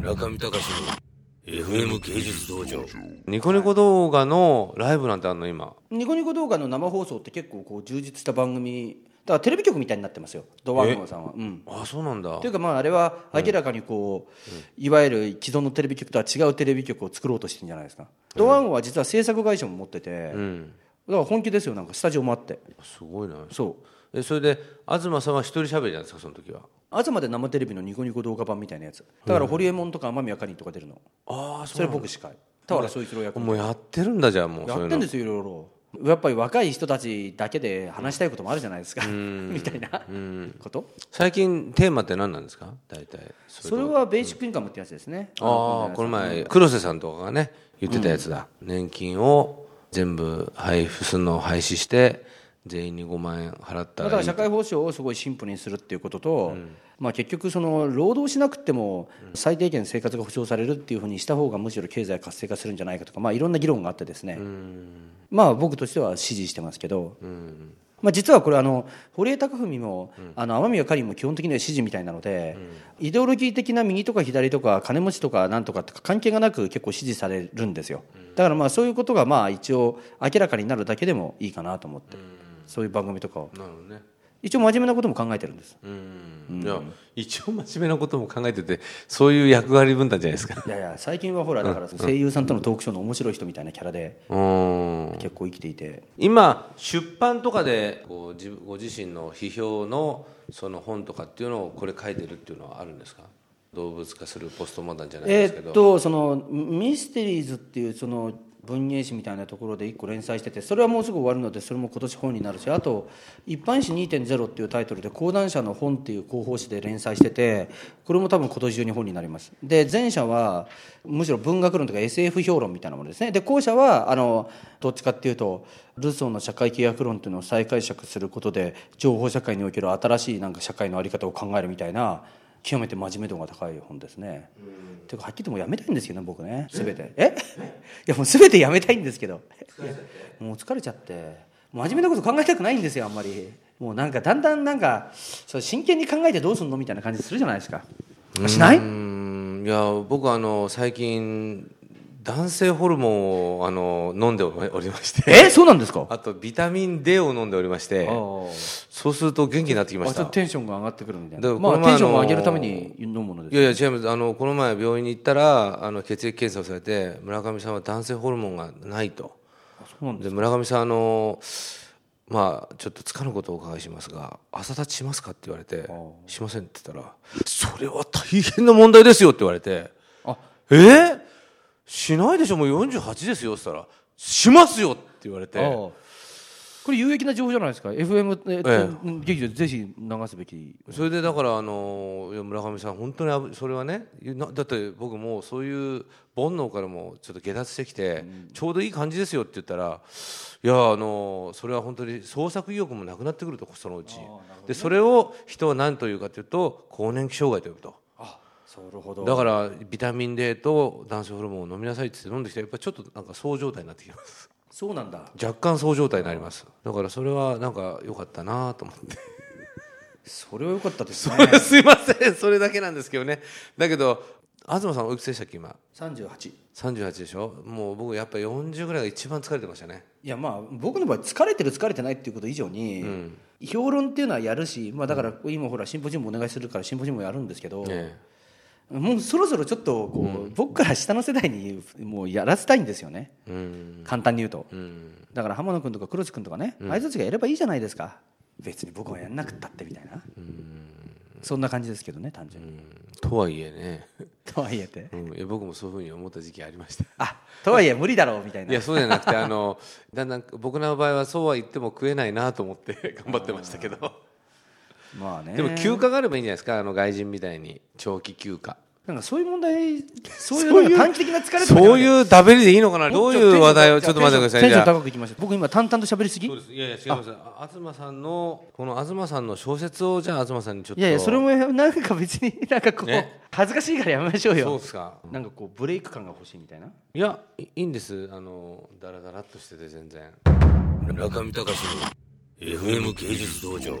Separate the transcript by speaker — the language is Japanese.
Speaker 1: 中見隆の FM 芸術道場
Speaker 2: ニコニコ動画のライブなんてあんの今
Speaker 3: ニコニコ動画の生放送って結構こう充実した番組だからテレビ局みたいになってますよドワンゴンさんは。うん
Speaker 2: あそうなんだ
Speaker 3: というかまああれは明らかにこう、いわゆる既存のテレビ局とは違うテレビ局を作ろうとしてるんじゃないですか、ドワンゴは実は制作会社も持ってて、
Speaker 2: うん
Speaker 3: だから本気ですよなんかスタジオもあって
Speaker 2: すごいな
Speaker 3: そう
Speaker 2: えそれで東さんは一人喋りなんですかその時は
Speaker 3: 朝まで生テレビのニコニコ動画版みたいなやつだから堀エモ門とか天宮かりんとか出るの
Speaker 2: ああ
Speaker 3: それ僕司会田原総一郎役
Speaker 2: もうやってるんだじゃあもうそ
Speaker 3: や
Speaker 2: うい
Speaker 3: っ
Speaker 2: う
Speaker 3: てん
Speaker 2: の
Speaker 3: ですよいろいろやっぱり若い人たちだけで話したいこともあるじゃないですか みたいなこと
Speaker 2: 最近テーマって何なんですか大体そ
Speaker 3: それはベーシックインカムってやつですね
Speaker 2: ああこの前黒瀬さんとかがね言ってたやつだ、年金を全部配布するのを廃止して全員に5万円払ったら
Speaker 3: だか
Speaker 2: い
Speaker 3: ら
Speaker 2: い
Speaker 3: 社会保障をすごいシンプルにするっていうことと、まあ、結局その労働しなくても最低限生活が保障されるっていうふうにした方がむしろ経済活性化するんじゃないかとか、まあ、いろんな議論があってですね、まあ、僕としては支持してますけど、まあ、実はこれあの堀江貴文も、あの天宮かりんも基本的には支持みたいなので、イデオロギー的な右とか左とか金持ちとかなんとかとか関係がなく結構支持されるんですよだからまあそういうことがまあ一応明らかになるだけでもいいかなと思って、そういう番組とかを。
Speaker 2: なるほどね
Speaker 3: 一応真面目なことも考えてるんです
Speaker 2: うんいや一応真面目なことも考えててそういう役割分担じゃないですか
Speaker 3: いやいや最近はほらだから声優さんとのトークショーの面白い人みたいなキャラで
Speaker 2: うん
Speaker 3: 結構生きていて
Speaker 2: 今出版とかでこう自分ご自身の批評のその本とかっていうのをこれ書いてるっていうのはあるんですか動物化するポストモダンじゃないで
Speaker 3: え
Speaker 2: すけ
Speaker 3: ー
Speaker 2: ど、
Speaker 3: っとそのミステリーズっていうその文芸誌みたいなところで1個連載しててそれはもうすぐ終わるのでそれも今年本になるしあと「一般誌2.0」っていうタイトルで「講談社の本」っていう広報誌で連載しててこれも多分今年中に本になりますで前者はむしろ文学論とか SF 評論みたいなものですねで後者はあのどっちかっていうとルソーの社会契約論っていうのを再解釈することで情報社会における新しいなんか社会の在り方を考えるみたいな極めて真面目度が高い本ですね。てかはっきり言ってもうやめたいんですよね僕ね全てえいやもう全てやめたいんですけどいやもう疲れちゃってもう真面目なこと考えたくないんですよあんまりもうなんかだんだんなんかそう真剣に考えてどうすんのみたいな感じするじゃないですかあしないう
Speaker 2: ーんいや僕あの最近男性ホルモンをあの飲んでおりまして
Speaker 3: えそうなんですかあ
Speaker 2: あとビタミン D を飲んでおりまして
Speaker 3: ー
Speaker 2: そうすると元気になってき
Speaker 3: あ
Speaker 2: ま
Speaker 3: ちょ
Speaker 2: し
Speaker 3: っと
Speaker 2: た
Speaker 3: テンションが上がってくるみたい
Speaker 2: だか
Speaker 3: な
Speaker 2: ら
Speaker 3: ま
Speaker 2: こ
Speaker 3: あ
Speaker 2: の前
Speaker 3: テンションを
Speaker 2: あの
Speaker 3: 上げるために飲むものです
Speaker 2: いやいや違いますあのこの前病院に行ったらあの血液検査をされて村上さんは男性ホルモンがないと
Speaker 3: あそうなんだ
Speaker 2: で村上さんあのまあちょっとつかぬことをお伺いしますが朝立ちしますかって言われて「しません」って言ったら「それは大変な問題ですよ」って言われて
Speaker 3: あ
Speaker 2: 「えー、しないでしょもう48ですよ」って言ったら「しますよ」って言われて
Speaker 3: あーこれ有益な情報じゃないですか FM えっと
Speaker 2: え
Speaker 3: 劇場でぜひ流すべき
Speaker 2: それでだからあのいや村上さん本当に危それはねいやなだって僕もうそういう煩悩からもちょっと下脱してきて、ちょうどいい感じですよって言ったらいやあのそれは本当に創作意欲もなくなってくるとそのうち、でそれを人は何というかというと更年期障害と呼ぶと。
Speaker 3: あなるほど
Speaker 2: だからビタミン D と男性ホルモンを飲みなさいって言って飲んできたらやっぱりちょっとなんかそう状態になってきます
Speaker 3: そうなんだ
Speaker 2: 若干そう状態になりますだからそれはなんか良かったなと思って
Speaker 3: それは良かったですね
Speaker 2: すいませんそれだけなんですけどねだけど東さんおいくつでしたっけ今
Speaker 3: 38
Speaker 2: 38でしょもう僕やっぱ40ぐらいが一番疲れてましたね
Speaker 3: いやまあ僕の場合疲れてる疲れてないっていうこと以上に、評論っていうのはやるし、まあ、だから今ほらシンポジウムお願いするからシンポジウムやるんですけど、
Speaker 2: え
Speaker 3: もうそろそろちょっとこう、僕から下の世代にもうやらせたいんですよね、
Speaker 2: えうん
Speaker 3: 簡単に言うと、
Speaker 2: うん
Speaker 3: だから浜野君とか黒地君とかね、あいつたちがやればいいじゃないですか別に僕はやんなくったってみたいな、そんな感じですけどね単純に、
Speaker 2: とはいえね、
Speaker 3: とはいえて、
Speaker 2: うん、いや僕もそういうふうに思った時期ありました
Speaker 3: あとはいえ無理だろうみたいない
Speaker 2: やそうじゃなくてあのだんだん僕の場合はそうは言っても食えないなと思って 頑張ってましたけど
Speaker 3: まあね
Speaker 2: でも休暇があればいいんじゃないですかあの外人みたいに長期休暇
Speaker 3: なんかそういう問題そういうなんか短期的な疲れとかじゃなくて
Speaker 2: そういうダベりでいいのかなどういう話題をちょっと待ってください
Speaker 3: テン
Speaker 2: じ
Speaker 3: ショ
Speaker 2: ゃ
Speaker 3: ン
Speaker 2: あ
Speaker 3: 高くいきましょう僕今淡々と喋りすぎ
Speaker 2: そうですいやいや違いますあ東さんのこの東さんの小説をじゃあ東さんにちょっと
Speaker 3: いやいやそれもなんか別になんかこう、
Speaker 2: ね
Speaker 3: 恥ずかしいからやめましょう
Speaker 2: そう
Speaker 3: よ
Speaker 2: ですか
Speaker 3: なんかこうブレイク感が欲しいみたいない
Speaker 2: やいいいんですあのダラダラっとしてて全然
Speaker 1: 中見隆の FM 芸術道場